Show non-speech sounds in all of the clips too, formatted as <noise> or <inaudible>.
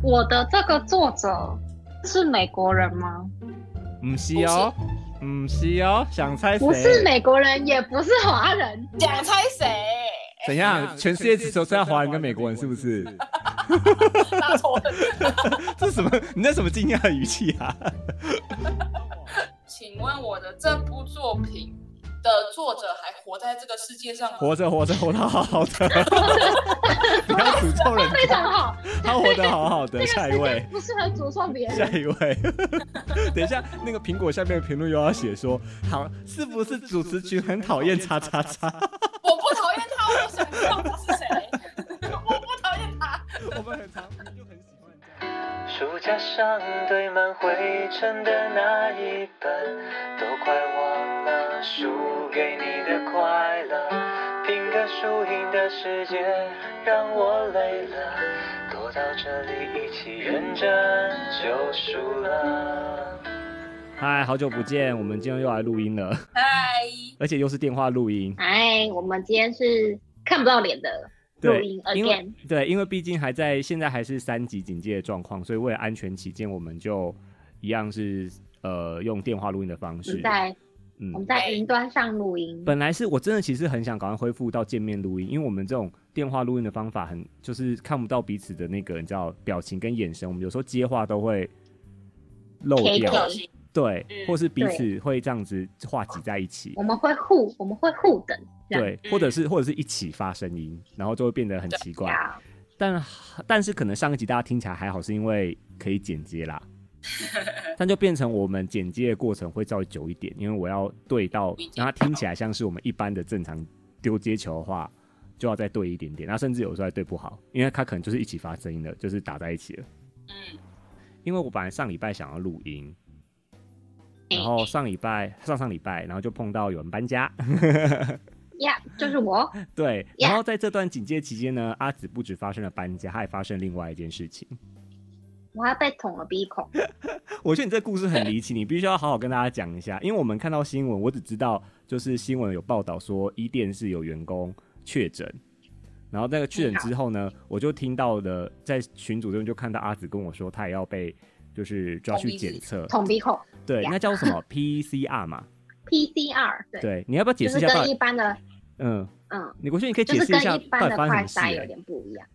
我的这个作者是美国人吗？唔是哦，唔是哦，想猜谁？不是美国人，也不是华人，想猜谁？怎样？全世界只剩下华人跟美国人，是不 <laughs> 是？大头人，这是什么？你那什么惊讶的语气啊？请问我的这部作品的作者还活在这个世界上吗？活着活着活得好 <laughs> 好的，不要诅咒人非家，常 <laughs> 好。他活得好好这的。个下一世界位，不适合诅咒别人。下一位， <laughs> 等一下，那个苹果下面的评论又要写说，好，是不是主持群很讨厌叉叉叉？我不讨厌他，我想知道他是谁。 <laughs> 我不讨厌他。我们很常就很喜欢这样。书架上堆满灰尘的那一本，都快忘了输给你的快乐。拼个输赢的世界让我累了，躲到这里一起认真就输了。嗨，好久不见，我们今天又来录音了，嗨，而且又是电话录音。哎，我们今天是看不到脸的录对音，因为 again，对，因为毕竟还在现在还是三级警戒的状况，所以为了安全起见，我们就一样是呃用电话录音的方我们式。在我嗯们，在云端上录音。本来是我真的其实很想赶快恢复到见面录音，因为我们这种电话录音的方法很就是看不到彼此的那个你知道表情跟眼神，我们有时候接话都会漏可以掉可以，心，对，嗯或是彼此会这样子话挤在一起我。们会互，我们会互等，这样对，或者是或者是一起发声音，然后就会变得很奇怪。呀但但是可能上一集大家听起来还好，是因为可以剪接啦，但就变成我们剪接的过程会稍微久一点，因为我要对到让它听起来像是我们一般的正常丢接球的话，就要再对一点点，那甚至有时候还对不好，因为它可能就是一起发声音的，就是打在一起了。嗯，因为我本来上礼拜想要录音，哎然后上礼拜上上礼拜，然后就碰到有人搬家， <laughs> 呀，就是我，对， Yeah 然后在这段警戒期间呢，阿紫不止发生了搬家，她还发生另外一件事情。我要被捅了鼻孔。 <laughs> 我觉得你这故事很离奇，你必须要好好跟大家讲一下，因为我们看到新闻，我只知道就是新闻有报道说伊甸是有员工确诊，然后那个确诊之后哎呢，我就听到了在群组这边就看到阿紫跟我说，他也要被就是抓去检测，捅鼻孔对，呀那叫什 <laughs> 么 PCR 嘛？ PCR，对，对，你要不要解就释是一下到跟底？一般的，嗯，嗯，你我觉得你可以就解是释一跟下一到般底的发快生什么筛事、有欸？点不一样。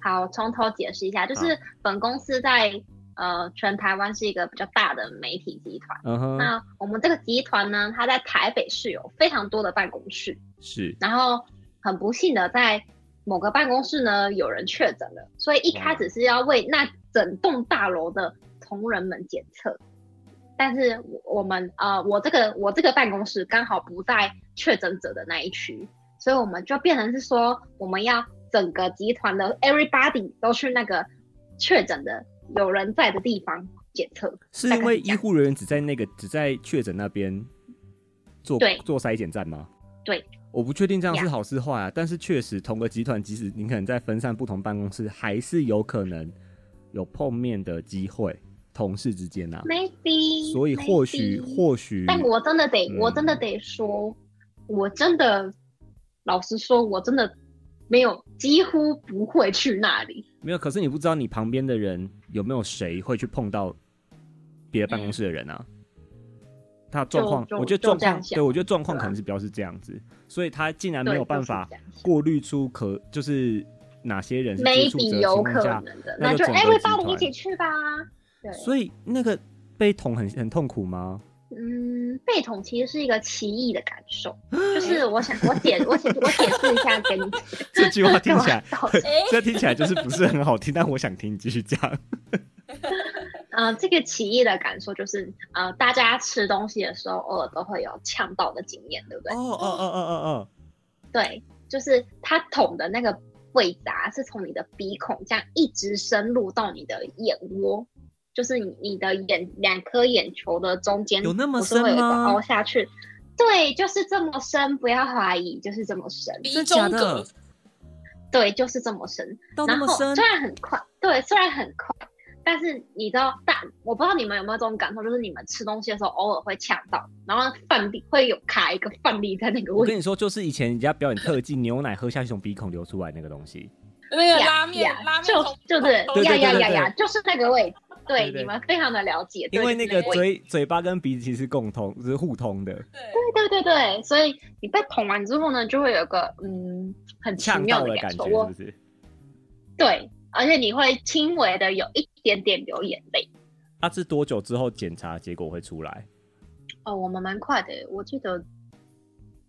好，从头解释一下，就是本公司在呃全台湾是一个比较大的媒体集团。嗯哼，那我们这个集团呢，它在台北市有非常多的办公室，是然后很不幸的在某个办公室呢有人确诊了，所以一开始是要为那整栋大楼的同仁们检测，但是我我们呃我这个我这个办公室刚好不在确诊者的那一区，所以我们就变成是说我们要整个集团的 everybody 都去那个确诊的有人在的地方检测，是大因概为是这医样护人员只在那个只在确诊那边做对做筛检站吗？对，我不确定这样呀是好是坏啊但是确实同个集团，即使你可能在分散不同办公室，还是有可能有碰面的机会，同事之间啊。 ，maybe，所以或许 maybe 或许，但我真的得，嗯我真的得说，我真的，老实说，我真的没有，几乎不会去那里。没有，可是你不知道你旁边的人有没有谁会去碰到别的办公室的人啊？他的状况就，就我觉得就状这样况，想对我觉得状况对啊可能是比较是这样子，所以他竟然没对有办法就是这样想过滤出可就是哪些人是接触者，maybe 的有情可况下，能的，那那就就哎整个集 everybody 团一起去吧。对，所以那个被捅很很痛苦吗？ <laughs> 嗯，被捅其实是一个奇异的感 <laughs> 受，就是我想，我解，我解，我解释一下给你。这句话听起来干嘛道歉， <laughs> 这听起来就是不是很好听，但我想听，你继 <laughs> 续讲。呃，这个奇异的感受就是，呃，大家吃东西的时候，偶尔都会有呛到的经验，对不对？哦哦哦哦对，就是它捅的那个位置啊，是从你的鼻孔这样一直深入到你的眼窝，就是你你的眼两颗眼球的中间，有那么不是会有一深个吗凹下去。对，就是这么深，不要怀疑，就是这么深。鼻假嗯中的隔，对，就是这么深。到那然么后深虽然很快，对，虽然很快，但是你知道，大我不知道你们有没有这种感受，就是你们吃东西的时候偶尔会呛到，然后饭粒会有卡一个饭粒在那个我位置跟你说，就是以前人家表演特技，牛奶喝下去从鼻孔流出来那个东西，那个呀拉面呀拉面就从就是从对呀对呀对呀对呀，就是那个位置。对，对对你们非常的了解，因 <laughs> 对为就是那那个位置嘴嘴巴跟鼻子是共通，是互通的，对对对对对，所以你被捅完之后呢，就会有个嗯很奇呛妙到的的感觉受。是我不是？对，而且你会轻微的有一点点流眼泪。它是多久之后检查结果会出来？哦，我们蛮快的，我记得，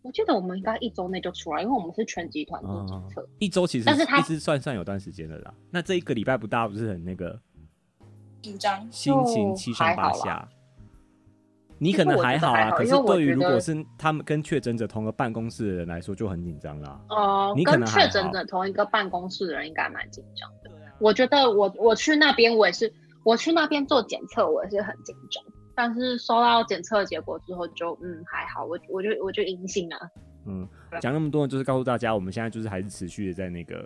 我记得我们应该一周内就出来，因为我们是全集团做检测。一周其实但是它一直算算有段时间了啦。那这一个礼拜不大，不是很那个紧张，心情就七上八还好下？你可能还好啊，可其是实我对于觉得还好因为我觉如得果是他们跟确诊者同个办公室的人来说，就很紧张啦。哦、你可跟能还确诊好者同一个办公室的人应该蛮紧张的。我觉得我我去那边我也是，我去那边做检测我也是很紧张，但是收到检测结果之后就嗯还好，我我就我就阴性了。嗯，讲那么多，就是告诉大家，我们现在就是还是持续的在那个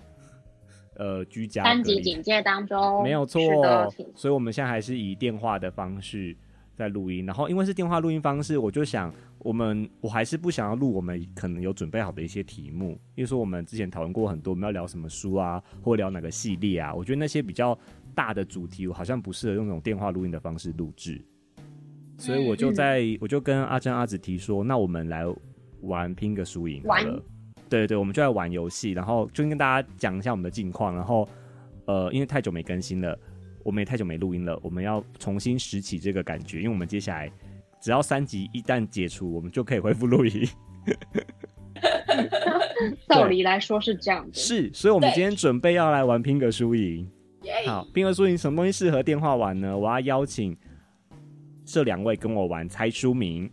呃居家三隔级离警戒当中，没有错是的，请所以我们现在还是以电话的方式在录音。然后因为是电话录音方式，我就想，我们我还是不想要录我们可能有准备好的一些题目，例如说我们之前讨论过很多，我们要聊什么书啊，或聊哪个系列啊。我觉得那些比较大的主题，我好像不适合用那种电话录音的方式录制。所以我就嗯在，我就跟阿珍、阿紫提说，那我们来玩拼个输赢好玩了。对对，我们就来玩游戏，然后就跟大家讲一下我们的近况，然后呃，因为太久没更新了，我们也太久没录音了，我们要重新拾起这个感觉，因为我们接下来只要三级一旦解除，我们就可以恢复录音。照理来说是这样的，是，所以我们对今天准备要来玩拼个输赢。耶！好，冰河输赢什么东西适合电话玩呢？我要邀请这两位跟我玩猜书名。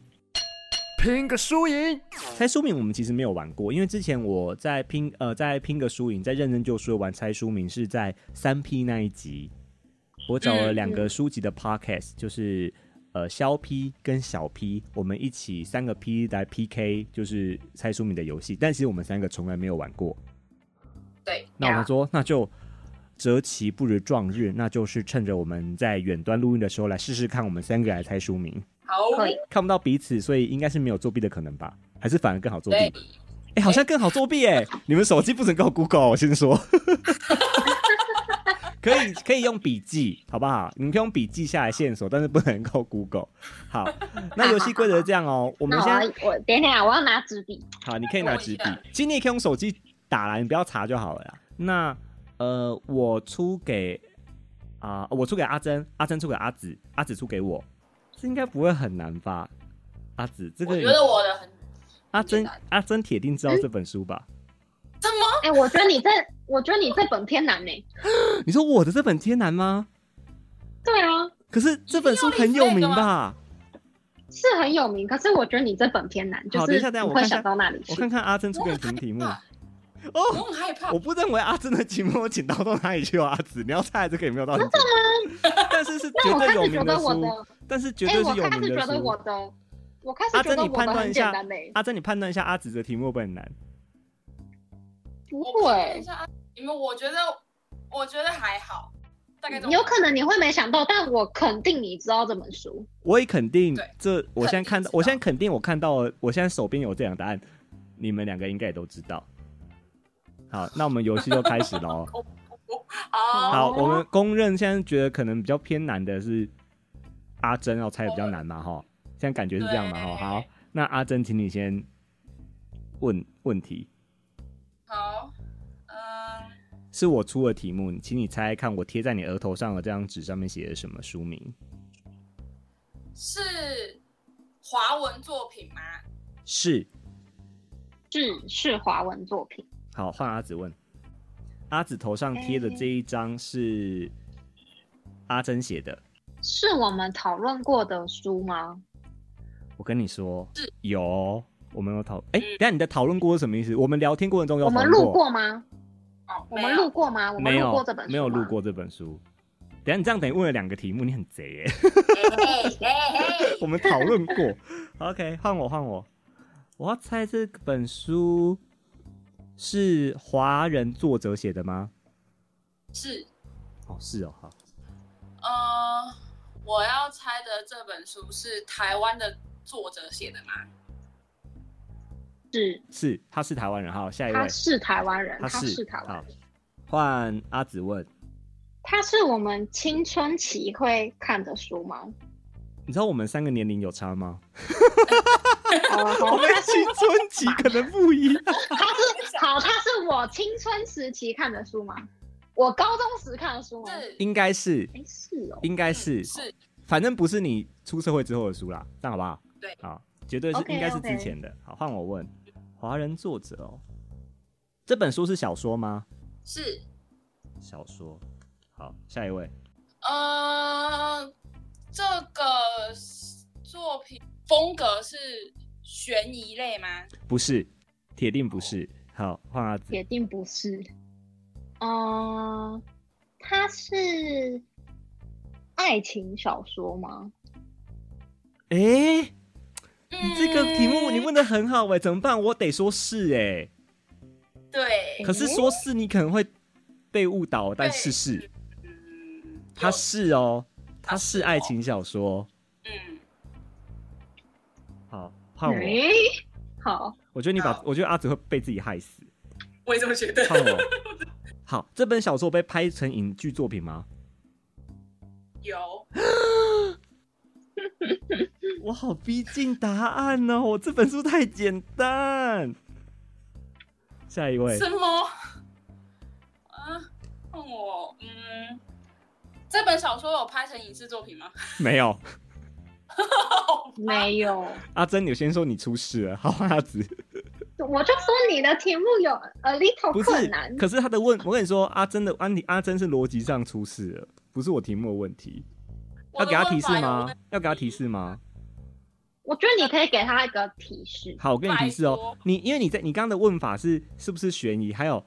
拼个输赢。猜书名我们其实没有玩过，因为之前我在拼呃在拼个输赢，在认真就书的玩猜书名是在三 P 那一集，我找了两个书籍的 podcast，、就是呃肖 P 跟小 P，我们一起三个 P 来 PK，就是猜书名的游戏，但其实我们三个从来没有玩过。对，那我们说，那就择其不如撞日，那就是趁着我们在远端录音的时候来试试看，我们三个来猜书名，好，可以看不到彼此，所以应该是没有作弊的可能吧？还是反而更好作弊？对哎、，好像更好作弊哎、你们手机不准给我 Google，我先说。 <laughs> 可以可以用笔记，好不好？你们可以用笔记下来线索，但是不能够 Google。好，那游戏规则是这样哦，我们那我现在要我等一下，我要拿纸笔。好，你可以拿纸笔我一样，其实你也可以用手机打啦，你不要查就好了啦。那呃，我出给啊、我出给阿珍，阿珍出给阿紫，阿紫出给我，这应该不会很难吧？阿紫，这我个觉得我的很阿珍很简单阿珍铁定知道这本书吧？怎么哎、我觉得你这，我觉得你这本偏难呢、你说我的这本天难吗？对啊，可是这本书很有名一定要有吧？是很有名，可是我觉得你这本偏难，就好是等一下等一下你我会看一下想到那里去我。看看阿珍出给你什么题目。哦，我很害怕我？不认为阿珍的题目剪刀到哪里去哦，阿紫，你要猜这个也没有到真的吗？但是是绝那我对开有始觉名的得我书，的，但是绝哎、对我是有开名始的觉得书我。的，我开始阿觉珍，得你我判的断一很简下单呢、，阿珍，你判断一下阿紫的题目会不会很难？不我看一会，下，你们我觉得我觉得还好，大概怎么有可能你会没想到，但我肯定你知道这本书。我也肯定对这，我现在看到肯定知道，我现在肯定我看到了，我现在手边有这两个答案，你们两个应该也都知道。好，那我们游戏就开始 <laughs> 喽。好好，我们公认现在觉得可能比较偏难的是阿珍要猜的比较难嘛，哈，现在感觉是这样嘛，哈。对好，那阿珍，请你先问问题，好，嗯，是我出的题目，请你猜猜看，我贴在你额头上的这张纸上面写的什么书名？是华文作品吗？是是是华文作品，好，换阿紫问。阿紫头上哎贴的这一张是阿珍写的。是我们讨论过的书吗？我跟你说是，有哦我们有讨哎、等一下你的讨论过是什么意思？我们聊天过程中嗯有我讨们论录过吗？哦，我没们有录过吗？我们没录有过这本书没有录吗。过这本书。等一下你这样等于问了两个题目，你很贼耶。嘿嘿 <laughs> 嘿我们讨论过。OK，换我换我，我要猜这本书是华人作者写的吗？是，哦，是哦，好。呃，我要猜的这本书是台湾的作者写的吗？是是，他是台湾人。好，下一位他，是台湾人，他他是台湾好人。换阿紫问，它是我们青春期会看的书 <laughs> 吗？你知道我们三个年龄有差吗？哦，我好们青春期可能不一样。它是好，它是我青春时期看的书吗？我高中时看的书吗？是应该是，哎，是哦，应该是，是反正不是你出社会之后的书啦，这样好不好？对好，绝对是 OK，应该是 OK 之前的。好，换我问，华人作者哦，这本书是小说吗？是，小说。好，下一位，呃，这个作品风格是悬疑类吗？不是，铁定不是。好，换阿紫，哦铁定不是。嗯，它是爱情小说吗？诶，嗯你这个题目你问的很好哎、怎么办？我得说是哎、嗯对，可是说是你可能会被误导，但是是，嗯，它是哦，它它是是哦爱情小说。嗯，好，换我，诶好，我觉得你把哎好，我觉得阿紫会被自己害死。我也这么觉得。换我，好，这本小说被拍成影剧作品吗？有，我好逼近答案哦，我这本书太简单。下一位什么？啊，问我，嗯，这本小说有拍成影视作品吗？没有，没有。阿珍，你先说你出事了。好，啊阿紫。我就说你的题目有 a little 不困是难，，可是他的问，我跟你说，阿珍的安迪阿珍是逻辑上出事了，不是我题目的问题。我 <laughs> 要的给他提示问法有吗问？要给他提示吗？我觉得你可以给他一个提示。好，我给你提示拜哦托。你因为你在你刚刚的问法是是不是悬疑，还有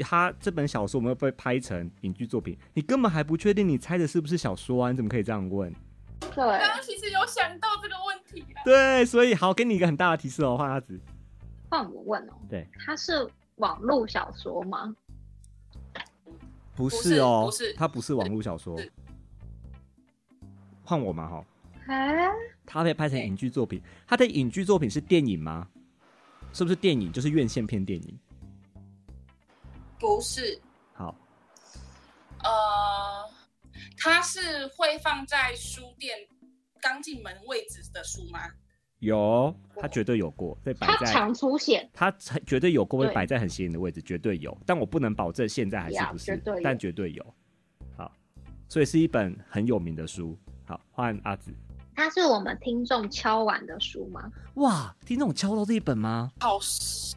他这本小说有没有被拍成影剧作品，你根本还不确定你猜的是不是小说啊？你怎么可以这样问？对，刚刚其实有想到这个问题啊。对，所以好，给你一个很大的提示哦，换阿紫。换我问哦。对，它是网络小说吗？啊不是是哦，不是它不是网络小说是。换我嘛哈，哎，它被拍成对影剧作品，它的影剧作品是电影吗？是不是电影？就是院线片电影。不是，好，呃，它是会放在书店刚进门位置的书吗？有哦，它绝对有过，被摆它在常出现，他才绝对有过会对摆在很显眼的位置，绝对有，但我不能保证现在还是呀不是绝对有但绝对有。好，所以是一本很有名的书。好，换阿紫。它是我们听众敲完的书吗？哇，听众敲到这一本吗？好是，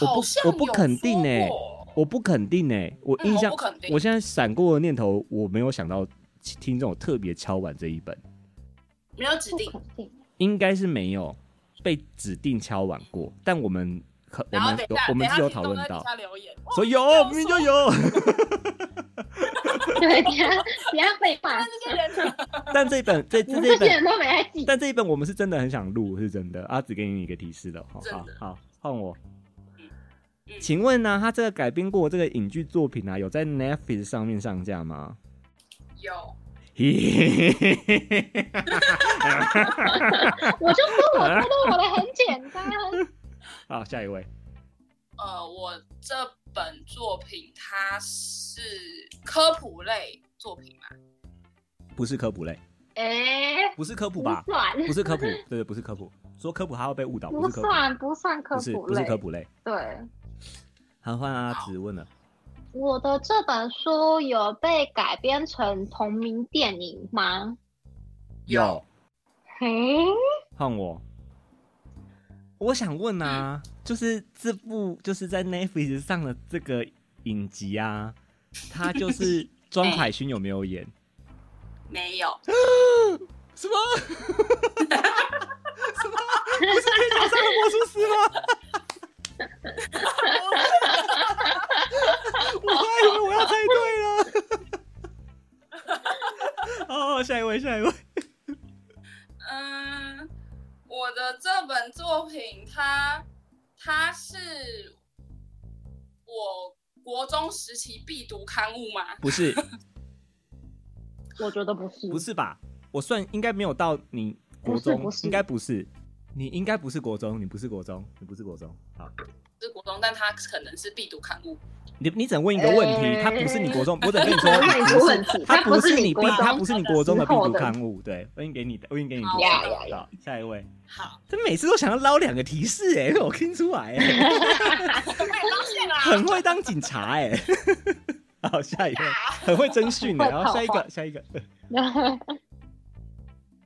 我不好像我不有肯定说欸过我不肯定哎、我嗯印象我不，肯定我现在闪过的念头，我没有想到听众有特别敲完这一本，没有指不定，肯定。 <laughs> 应该是没有被指定敲完过，但我们可我然后们等一有下，我们等一是下有听讨众论在底到，下留言，所以有哦我明明就有。 <laughs> 对，等一下等一下被骂但，这些人但这一本这你这们这这一本些人都没在记。但这一本我们是真的很想录，是真的。阿紫给你一个提示的，好真好的好，换我嗯。嗯请问呢、他这个改编过这个影剧作品啊，有在 Netflix 上面上架吗？ <laughs> 有，我就说我 <laughs> 觉得我的很简单，好，下一位，呃，我这本作品它是科普类作品嘛？不是科普类，哎、不是科普不吧？算，不是科普，对对，不是科普。说科普还会被误导，不不是科普，算，不算科不是普不类，是科普类。对。好，换阿紫问了，我的这本书有被改编成同名电影吗？有，嘿，换我。我想问啊，就是这部就是在 Netflix 上的这个影集啊，它就是 <laughs> 庄凯勋有没有演？没有？ <laughs> 什么？ <laughs> 什么？不是天桥上的魔术 <laughs> 师吗？我还以为我要猜 <laughs> 对了。哦，下一位，下一位。嗯，我的这本作品它它是我国中时期必读刊物吗？不是，我觉得不是，不，是吧？我算应该没有到你国不是中，不是应该嗯不是。你应该不是国中，你不是国中，你不是国中。好，是国中，但它可能是必读刊物。你你只能问一个问题，它不是你 <laughs> 国中，我只能跟你说，问一它个不问是题它它不是是你你必，国它中不是你国中的必之后读的刊物。对，我已经给你的，我已经给你好读呀了。呀好下一位，好，他每次都想要捞两个提示，哎，被我听出来，哎， <laughs> 被发现啊啦！很会当警察，哎。 <laughs> 好，下一位，很会征讯的。会然后下一跑个，下一个， <laughs>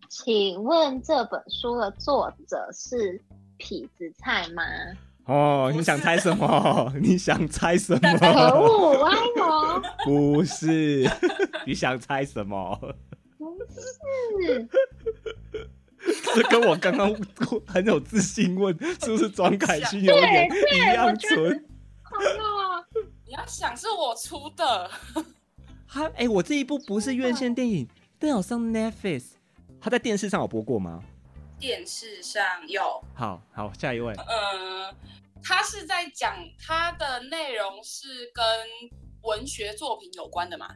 请问这本书的作者是痞子蔡 <laughs> 吗？哦，不你想是猜什 <laughs> 么？你想猜什可么？恶，哦歪萌， <laughs> 不是， <laughs> 你想猜什么？不是，这跟我刚刚很有自信问是不是庄凯勋有点对对一样我觉纯得？哎呦，你要想是我出的，他哎、我这一部不是院线电影，但好上 Netflix。他在电视上有播过吗？电视上有，好好，下一位。呃，他是在讲他的内容是跟文学作品有关的嘛？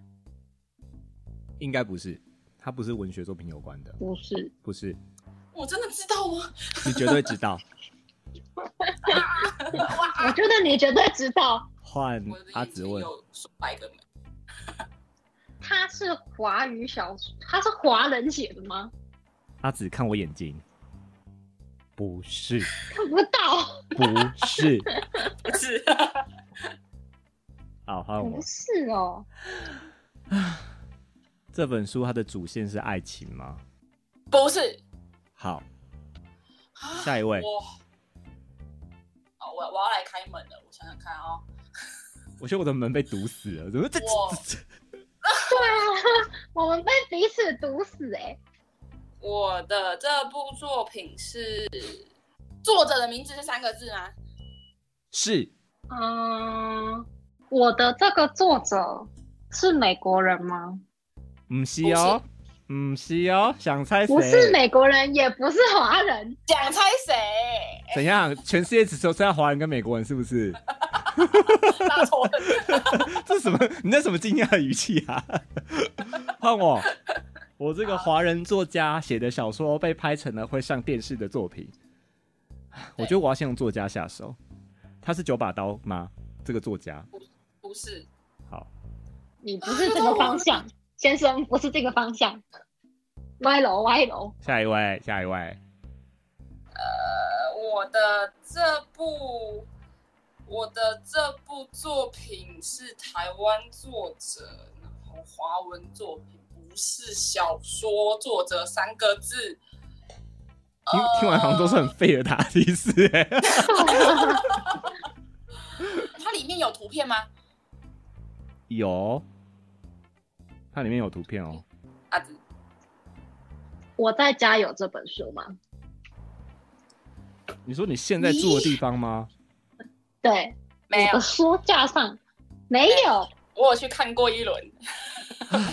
应该不是，他不是文学作品有关的，不是，不是，我真的知道啊吗？你绝对知 <laughs> 道。我觉得你绝对知道，换我的嗯阿眼紫睛问，有数百个门，他是华语小说，他是华人写的吗？阿紫看我眼睛，不是，看不到，不是。不是？好，换我不。是哦，这本书它的主线是爱情吗？不是。啊好，下一位我，好，我我要来开门了，我想想看哦。我觉得我的门被堵死了，怎么这这哇这？对啊，我们被彼此毒死哎、我的这部作品是作者的名字是三个字吗？是嗯，我的这个作者是美国人吗？唔是哦，唔是哦，想猜谁？不是美国人，也不是华人，想猜谁？ <laughs> 怎样？全世界只剩下华人跟美国人，是 <laughs> 不是？拉错了，这什么？你那什么惊讶的语气啊？ <laughs> 换我，我这个华人作家写的小说被拍成了会上电视的作品，我觉得我要先从作家下手。他是九把刀吗？这个作家不是，好，你不是这个方 <laughs> 向，先生，不是这个方向，歪楼歪 <laughs> 楼，下一位，下一位，呃，我的这部我的这部作品是台湾作者，然后华文作品，不是小说作者三个字。听哦听完好像都是很废的答题是、欸，它里面有图片吗？有，它里面有图片哦。阿紫，我在家有这本书吗？你说你现在住的地方吗？对，没我的有，书架上没有，我有去看过一轮，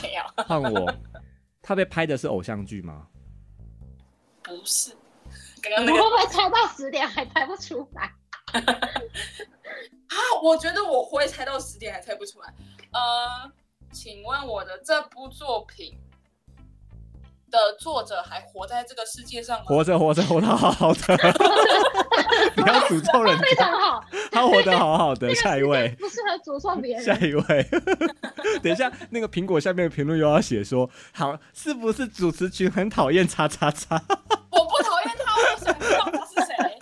没有，换我，他被拍的是偶像剧吗？不是。刚刚你那个会不会猜到十点还猜不出来？啊，我觉得我会猜到十点还猜不出来。呃，请问我的这部作品的作者还活在这个世界上吗？活着，活着，活得好好的。 <laughs> 不要诅咒人非常家，好，他活得好好的。下一位，不适合诅咒别下人。一位。 <laughs> 等一下，那个苹果下面的评论又要写说，好，是不是主持群很讨厌叉叉叉？我不讨厌他，我想知道他是谁。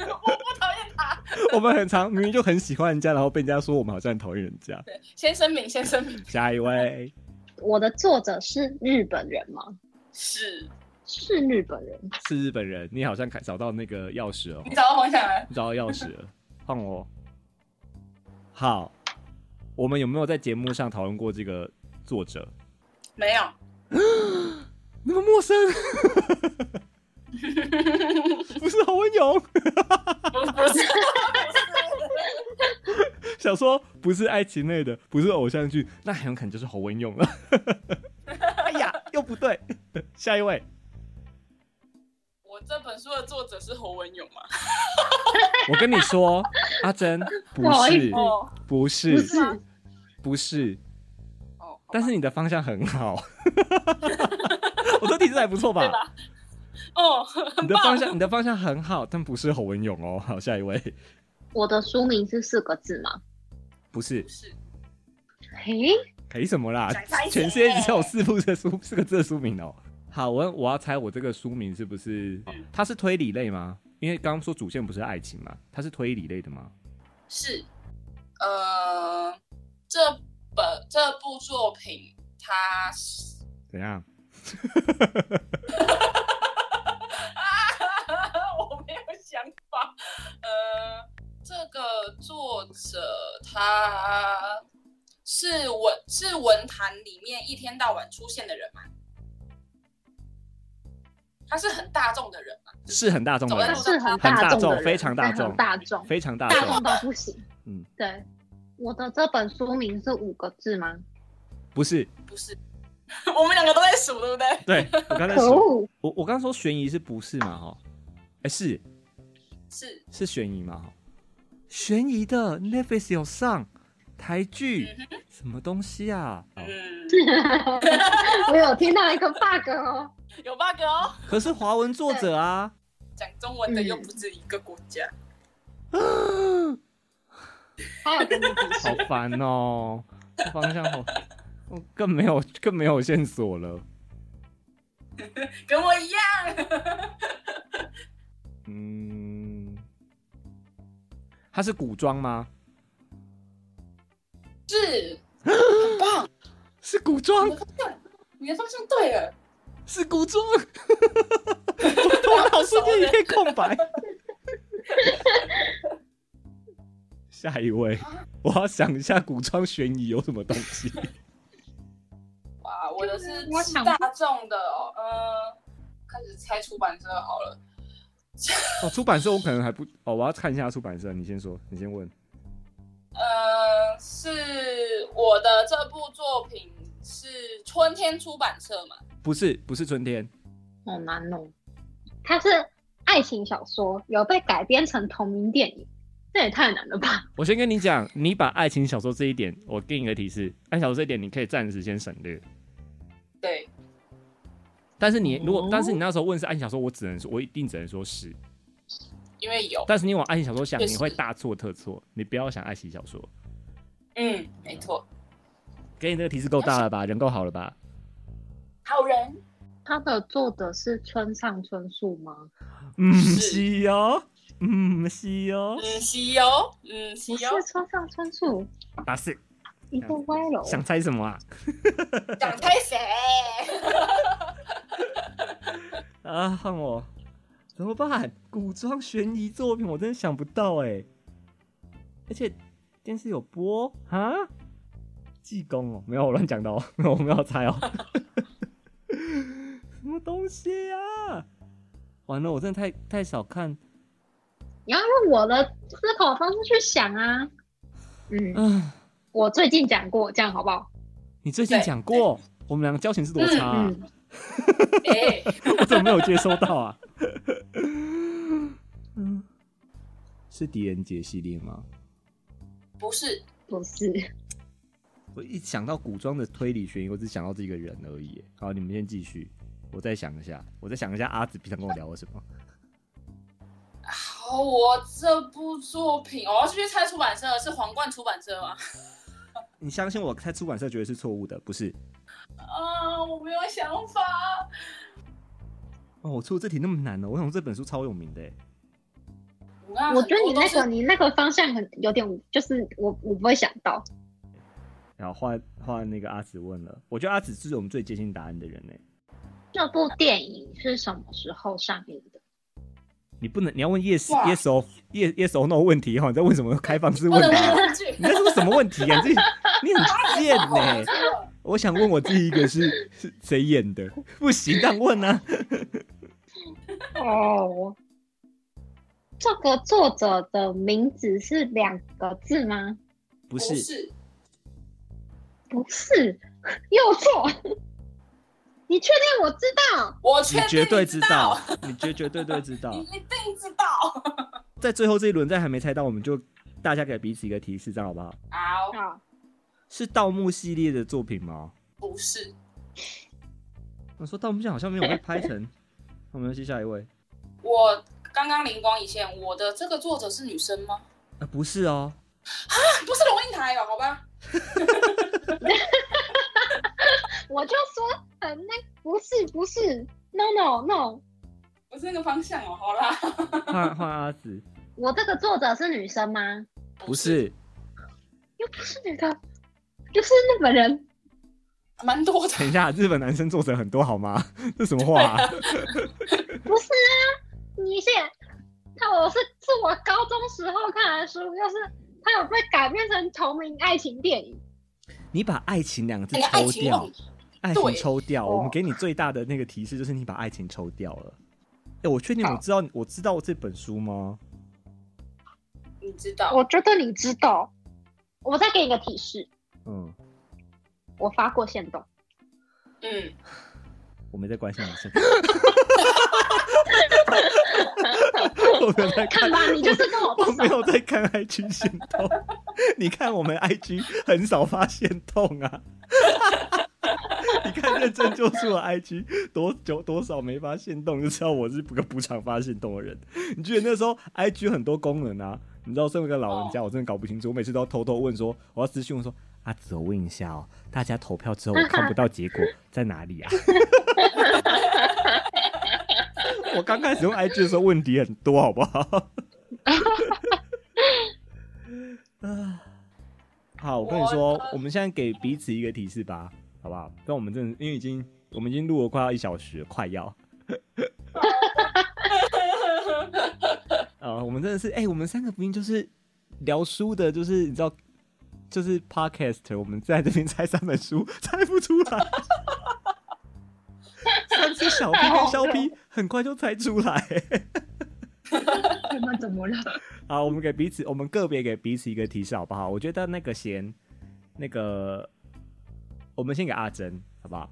我不讨厌他。我们很常明明就很喜欢人家，然后被人家说我们好像很讨厌人家。对，先声明，先声明，下一位，我的作者是日本人吗？是是日本人，是日本人，你好像看找到那个钥匙了哦你。找到方向了。找到钥匙了，换我。好，我们有没有在节目上讨论过这个作者？没有，那么 <laughs> 陌生，不是侯文勇。不不是，想说不是爱情类的，不是偶像剧，那很有可能就是侯文勇 <laughs> 了。哎呀，又不对。下一 <laughs> 位，我这本书的作者是侯文勇嘛？我跟你说，阿珍不不好意是思，哦，不不是，是不是，哦，但是你的方向很好。 <laughs> 我这提示还不错吧？对吧？哦，你很的棒方。向，你的方向很好，但不是侯文勇哦。好，下一位，我的书名是四个字吗？不是不，是，嘿，赔什么啦宅宅？全世界只有四部这书，四个字的书名哦。好，我我要猜我这个书名是不是？它是推理类吗？因为刚刚说主线不是爱情嘛，它是推理类的吗？是，呃，这本这部作品它是怎样？ <laughs> 我没有想法。呃，这个作者他是文是文坛里面一天到晚出现的人吗？他是很大众的人吗？是很大众的对他人，是很大众的众，人，非常大但众，很大众，非常大大众众。到不行。嗯，对，我的这本书名是五个字吗？不是，不是， <laughs> 我们两个都在数，对不对？对我刚才可说，恶，我我刚刚说悬疑是不是嘛？哈，哎，是是，是悬疑嘛？哈，悬疑的 Netflix 有上台剧，嗯什么东西啊？哦嗯，我有听到一个 bug 哦。有 bug 哦。可是华文作者啊，讲中文的又不止一个国家，还有给你提示好烦哦、这方向好，我更没有更没有线索了。跟我一样。嗯，它是古装吗？是，很棒，是古装你的，方向，你的方向对了。是古装。我头脑瞬间一片空 <laughs> 白。下一位，我要想一下古装悬疑有什么东西。哇，我的是我是想大众的哦，呃，开始猜出版社好了。哦，出版社我可能还不哦，我要看一下出版社。你先说，你先问。呃，是我的这部作品是春天出版社嘛？不是，不是春天，好难哦。它是爱情小说，有被改编成同名电影，这也太难了吧？我先跟你讲，你把爱情小说这一点，我给你个提示，爱情小说这一点你可以暂时先省略。对，但是你如果哦，但是你那时候问是爱情小说，我只能说，我一定只能说是。因为有，但是你往爱情小说想，确你实会大错特错。你不要想爱情小说，嗯，没错，给你这个提示够大了吧？人够好了吧？好人它的作者是村上春树吗？嗯，是是哦，嗯，是哦，嗯，西游，嗯，西不是游，村上春树，啊是，一个歪楼。想猜什么啊？想猜 <laughs> 谁？哎啊，换我，怎么办？古装悬疑作品，我真的想不到哎、而且电视有播啊？济公哦，没有，我乱讲的哦， <laughs> 我没有猜哦。什么东西啊？完了，我真的太太少看你要用我的思考方式去想啊。嗯，啊！我最近讲过，这样好不好？你最近对讲过，我们两个交情是多差、啊？嗯，哎、我怎么没有接收到啊？ <laughs> 嗯，是狄仁杰系列吗？不是，不是，我一想到古装的推理悬疑，我只想到这个人而已耶。好，你们先继续，我再想一下，我再想一下阿紫平常跟我聊了什么。 <laughs> 好，我这部作品，我要去猜出版社是皇冠出版社吗？ <laughs> 你相信我，在出版社绝对是错误的，不是？啊，我没有想法。哦，我出这题那么难呢、我想这本书超有名的耶。欸那我觉得你很多那都个是你那个方向很有点，就是我我不会想到。然后换换那个阿紫问了，我觉得阿紫是我们最接近答案的人呢。欸这部电影是什么时候上映的？你不能，你要问 yes 哇 yes or yes yes or no 问题哈、你在问什么开放式不问能答？问问句你。在说什么问题啊？你 <laughs> 自己你很贱呢、我想问我第一个是是谁演的？不行，这样问啊。哦，这个作者的名字是两个字吗？不不是，是，不是， <laughs> 又错。 <laughs> 你确定我知道？我你确定绝对知知道，，你绝绝对对知道你。一定知道。在最后这一轮，在还没猜到，我们就大家给彼此一个提示，这样好不好？好，啊，是盗墓系列的作品吗？不是，我说盗墓线好像没有被拍成。 <laughs> 我们继续下一位。我刚刚灵光一现，我的这个作者是女生吗？啊，不是哦，不是龙应台哦，好吧？我就说很那不是不是，no no no，不是那个方向哦，好啦， <laughs> 换换阿紫，我这个作者是女生吗？不，是又不是女的，就是日本人。蛮多的。等一下，日本男生作者很多好吗？ <laughs> 这什么话、啊？不是啊，你现看我是是我高中时候看的书，就是它有被改编成同名爱情电影。你把“爱情”两个字那个爱抽情掉梦，，哎爱对情抽掉。哦我们给你最大的那个提示就是你把爱情抽掉了。哎、我确定好我知道我知道这本书吗？你知道？我觉得你知道。我再给你一个提示，嗯，我发过线动。嗯， <laughs> 我没在关心男生。我没有在看看吧，你就是 <laughs> 跟我不我熟没。有在看 IG 线动，你看我们 IG 很少发现动啊。 <laughs> 你看认真救出我 IG 多久多少没发现动，就知道我是不个不常发现动的人。你觉得那时候 IG 很多功能啊？你知道，身为一个老人家，我真的搞不清楚。我每次都要偷偷问说，我要私讯问说，阿紫，我问一下哦，大家投票之后我看不到结果在哪里啊？我刚开始用 IG 的时候问题很多，好不 <laughs> 好？啊，好，我跟你说我，我们现在给彼此一个提示吧，好不好？但我们真的因为已经我们已经录了快要一小时了，快要。啊，我们真的是，哎、我们三个不定就是聊书的，就是你知道，就是 podcast，我们在这边猜三本书，猜不出来。三只小 P 跟小 P 很快就猜出来。你们怎么了？好，我们给彼此，我们个别给彼此一个提示，好不好？我觉得那个先，那个，我们先给阿珍，好不好？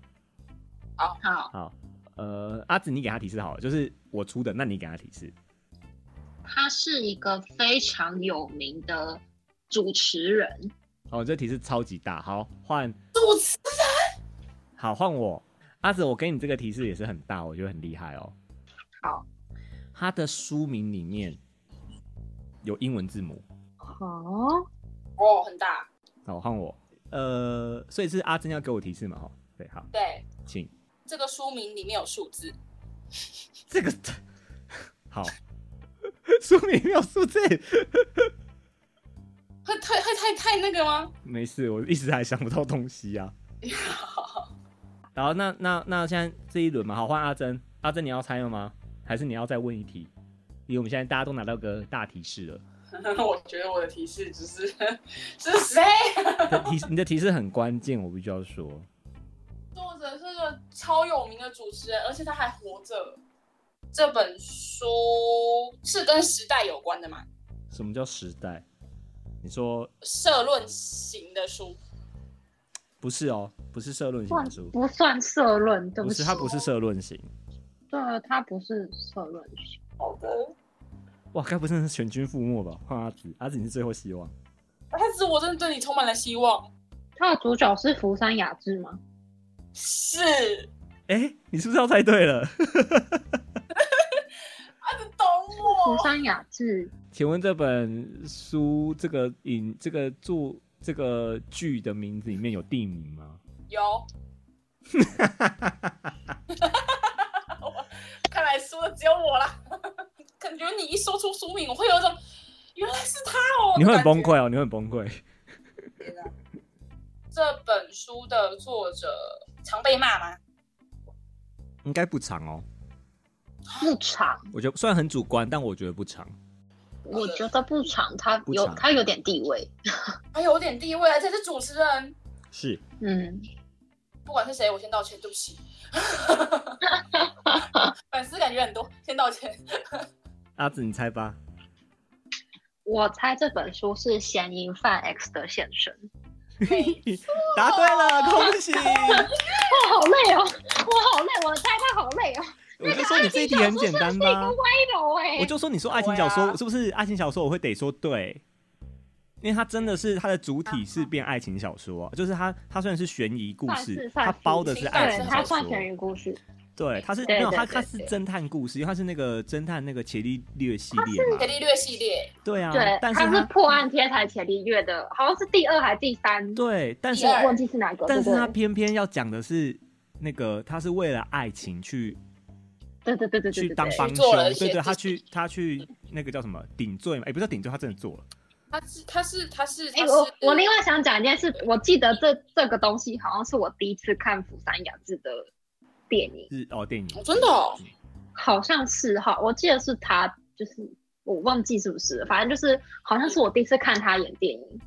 好，好，好，呃，阿紫你给他提示好了，就是我出的，那你给他提示。他是一个非常有名的主持人。好，这题是超级大，好换，主持好换我。阿紫，我给你这个提示也是很大，我觉得很厉害哦。好，他的书名里面有英文字母。哦，哦很大，好，换我。呃，所以是阿珍要给我提示嘛？哈，对，好，对，请这个书名里面有数字，这个好， <laughs> 书名没有数字， <laughs> 会太会太太那个吗？没事，我一直还想不到东西 <laughs> 啊。然后那那那现在这一轮嘛，好换阿珍，阿珍你要猜了吗？还是你要再问一题？因为我们现在大家都拿到个大提示了， <laughs> 我觉得我的提示只是是谁？你的提你的提示 <laughs> 很关键，我必须要说，作者是个超有名的主持人，而且他还活着。这本书是跟时代有关的嘛？什么叫时代？你说社论型的书，不是哦，不是社论型的书，不算社论，对不起，是它不是社论型，对，啊他不是社论。好的，哇，该不是全军覆没吧？换阿紫，阿紫你是最后希望。但是我真的对你充满了希望。他的主角是福山雅治吗？是，哎、你是不是要猜对了？懂福我。山雅治，请问这本书、这个影、这个作、这个剧的名字里面有地名吗？有。看来输的只有我啦。 <laughs> 感觉你一说出书名，我会有一种原来是他哦，你会很崩的感觉溃哦，你会很崩溃。这本书的作者常被骂吗？应该不长哦，不长，我觉得虽然很主观，但我觉得不长。我觉得不长，他不有长他有点地位。还哎有点地位，而啊且是主持人。是嗯，不管是谁，我先道歉，对不起。粉丝感觉很多，先道歉。 <laughs> 阿紫，你猜吧。我猜这本书是嫌疑犯 X 的现身。答对了，恭喜！我好累哦，我好累，我猜他好累哦。 <laughs> 我就说你这一题很简单吧。累了哎我就说你说爱情小对说啊是不是爱情小说？我会得说对，因为它真的是它的主体是变爱情小说啊、就是它它虽然是悬疑故算事是，算它是包的是爱情情对，小他小算说。悬疑故事。对，他是没对有对他对他是对侦探故事，因为他是那个侦探那个伽利略系列嘛伽，利略系列，对啊，对，但是他是他破案天才伽利略的，好像是第二还是第三？对，但是第二我忘记是哪个。但是他对偏偏要讲的是那个他是为了爱情去对对对对对对去对当对帮去凶做了一，些对对，他自己去他去那个叫什么顶罪嘛，哎，不是顶罪，他真的做了，他是他是他是哎、他我是我另外想讲一件事，我记得这这个东西好像是我第一次看釜山雅治的电影，是哦电影哦，真的哦好像是哈，我记得是他，就是我忘记是不是，反正就是好像是我第一次看他演电影。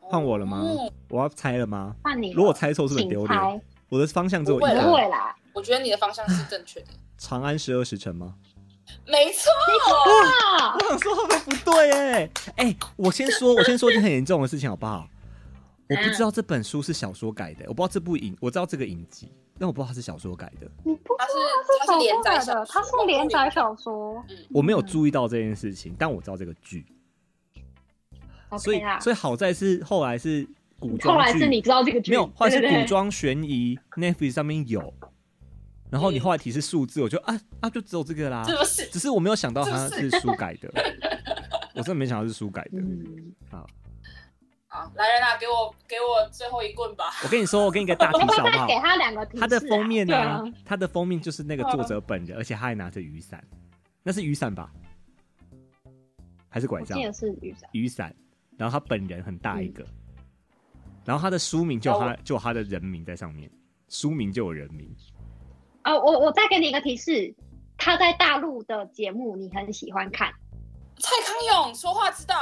换我了吗哦我要猜了吗？换你了，如果猜错是不是很请丢脸？啊猜，我的方向只有一不会不个，会啦，啊我觉得你的方向是正确的，长安十二时辰吗？没错，啊，我想说会不会不对哎、哎、我 <laughs> 先说，我先说一件很严重的事情好不好？我不知嗯道这本书是小说改的，我不知道这部影，我知道这个影集，但我不知道它是小说改的，你不他是知他道是连载小说小的，说，他是连载小说，我没有注意到这件事情，但我知道这个剧，所以 OK 啦。所以好在是后来是古后装来剧，是你知道这个剧，没有，后来对是对对古装悬疑 Netflix 上面有，然后你嗯我后来提示数字，我就啊啊就只有这个啦，是不是？只是我没有想到它是是书改的，我真的没想到是书改的。嗯，好，来人啊，给我给我最后一棍吧！我跟你说，我给你一个大我提会示 <laughs> 好不再好给？他两个提示、啊。它的封面呢、对啊，它的封面就是那个作者本人，而且他还拿着雨伞，那是雨伞吧？还是拐我杖记？得是雨伞。雨伞，然后他本人很大一个，嗯然后他的书名就有他就有他的人名在上面，书名就有人名。哦，我我再给你一个提示，他在大陆的节目你很喜欢看， <laughs> 蔡康永说话之道，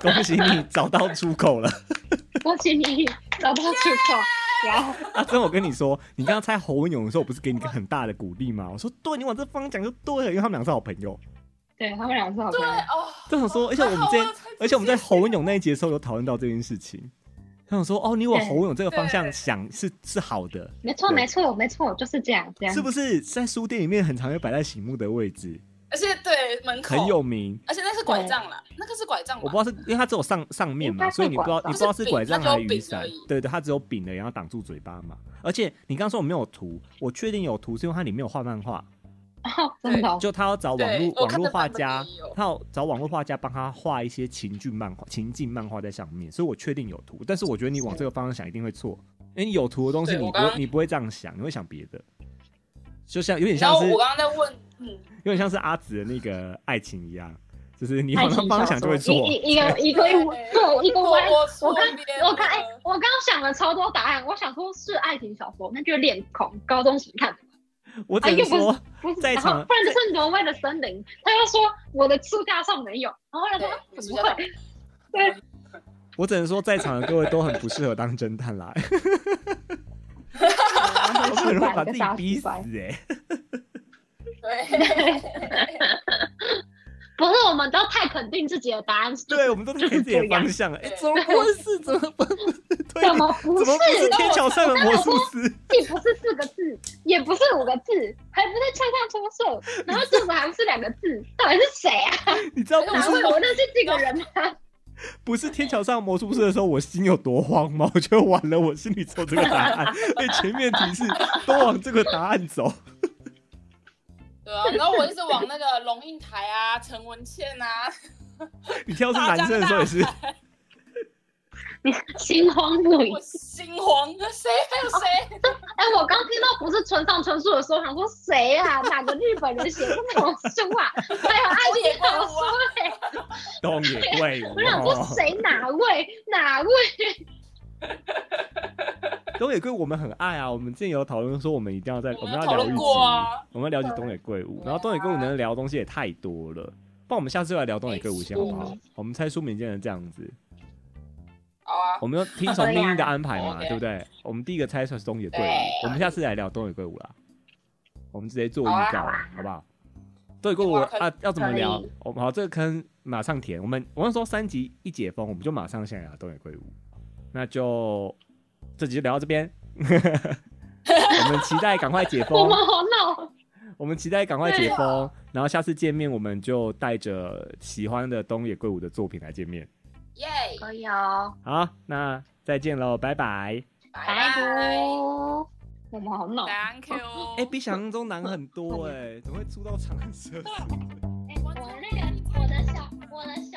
恭喜你找到出口了！ <laughs> 恭喜你 <laughs> 找到出口。啊然后阿珍，啊我跟你说，你刚刚猜侯文勇的时候，我不是给你一个很大的鼓励吗？我说对，你往这方向讲就对了，因为他们俩是好朋友。对他们俩是好朋对友，哦，就想说，而且我们好在我有猜，而且我们在侯文勇那一节的时候有讨论到这件事情。他想说，哦，你往对侯文勇这个方向对想是是好的，没错对没错没错，就是这样这样。是不是在书店里面很常会摆在醒目的位置，而且对门口很有，名？而且那是拐杖啦，那个是拐杖吧，我不知道是因为它只有上上面应嘛，该是所以你不知道拐杖你不知道是拐杖还是雨它伞只有柄而，已对对，它只有柄的，然后挡住嘴巴嘛。而且你刚刚说我没有图，我确定有图是因为它里面有画漫画，哦，真的哦、哎就他要找网对络我网看络到画版本家也有，他要找网络画家帮他画一些情境漫画、情境漫画在上面，所以我确定有图，但是我觉得你往这个方向想一定会错，因为有图的东西对你我不刚会刚你不会这样想，你会想别的，就像有点然像后是我有刚刚在问，嗯，点像是阿紫的那个爱情一样，就是你爱往那情方向小想就会说错一。一一个一个对一个我歪。我刚我刚哎、哎，我刚想了超多答案，我想说是爱情小说，那就是恋恐，高中时看的，我只能哎又不是说，不是，在然后场不然就是挪威的森林，他又说我的书架上没有，然后他说对啊我怎书么架上会？我只能说在场的各位都很不适合当侦探啦，然 <laughs> <laughs> 我后就很容易把一个自己大逼失死败哎、对，不是，我们都太肯定自己的答案是对，我们都在自己的方向，哎、怎么不会是？怎么不是？<laughs> 对怎么不怎么不是是？天桥上的魔术师？既不是四个字，也不是五个字，还不是枪上出售，然后作者还不是两个字，到底是谁啊？你知道不哪是会我认识这个人吗？不是天桥上的魔术师的时候，我心有多慌吗？ <laughs> 我觉得完了，我心里只有这个答 <laughs> 案，而且前面提示都往这个答案走。 <laughs> 对啊，然后我一直往那个龙应台啊、陈文茜啊，你挑是男生的时候也是，你心慌不已我。心慌，啊谁还有谁？哎、我刚听到不是村上春树的时候，想说谁啊？哪个日本人写这种书啊？还有爱情小说、哎，东野哦圭 <laughs> 我 <laughs> 想说吾。谁哪位哪位？东野圭吾我们很爱啊，我们之前有讨论说我们一定要在我我们们要讨聊论一集过啊，我们要了解东野圭吾，然后东野圭吾能聊的东西也太多了。不然我们下次就来聊东野圭吾先好不好没？我们猜书名竟然这样子，好啊，我们要听从命运的安排嘛，对啊对不对？我们第一个猜出来是东野圭吾对，我们下次来聊东野圭吾啦。我们直接做预告好了，好不好？东野圭吾哇可以啊，要怎么聊可以？我们好，这个坑马上填。我们我们说三集一解封，我们就马上先来聊东野圭吾。那就这集就聊到这边， <laughs> 我们期待赶快解我封们，好闹。我们期待赶快解封，然后下次见面我们就带着喜欢的东野圭吾的作品来见面。耶，可以哦，好，那再见喽，拜拜。拜拜拜。拜。我们好闹。 Thank you。哎、比想象中难很多哎、怎么会出到长恨社死？我那个我的小我的小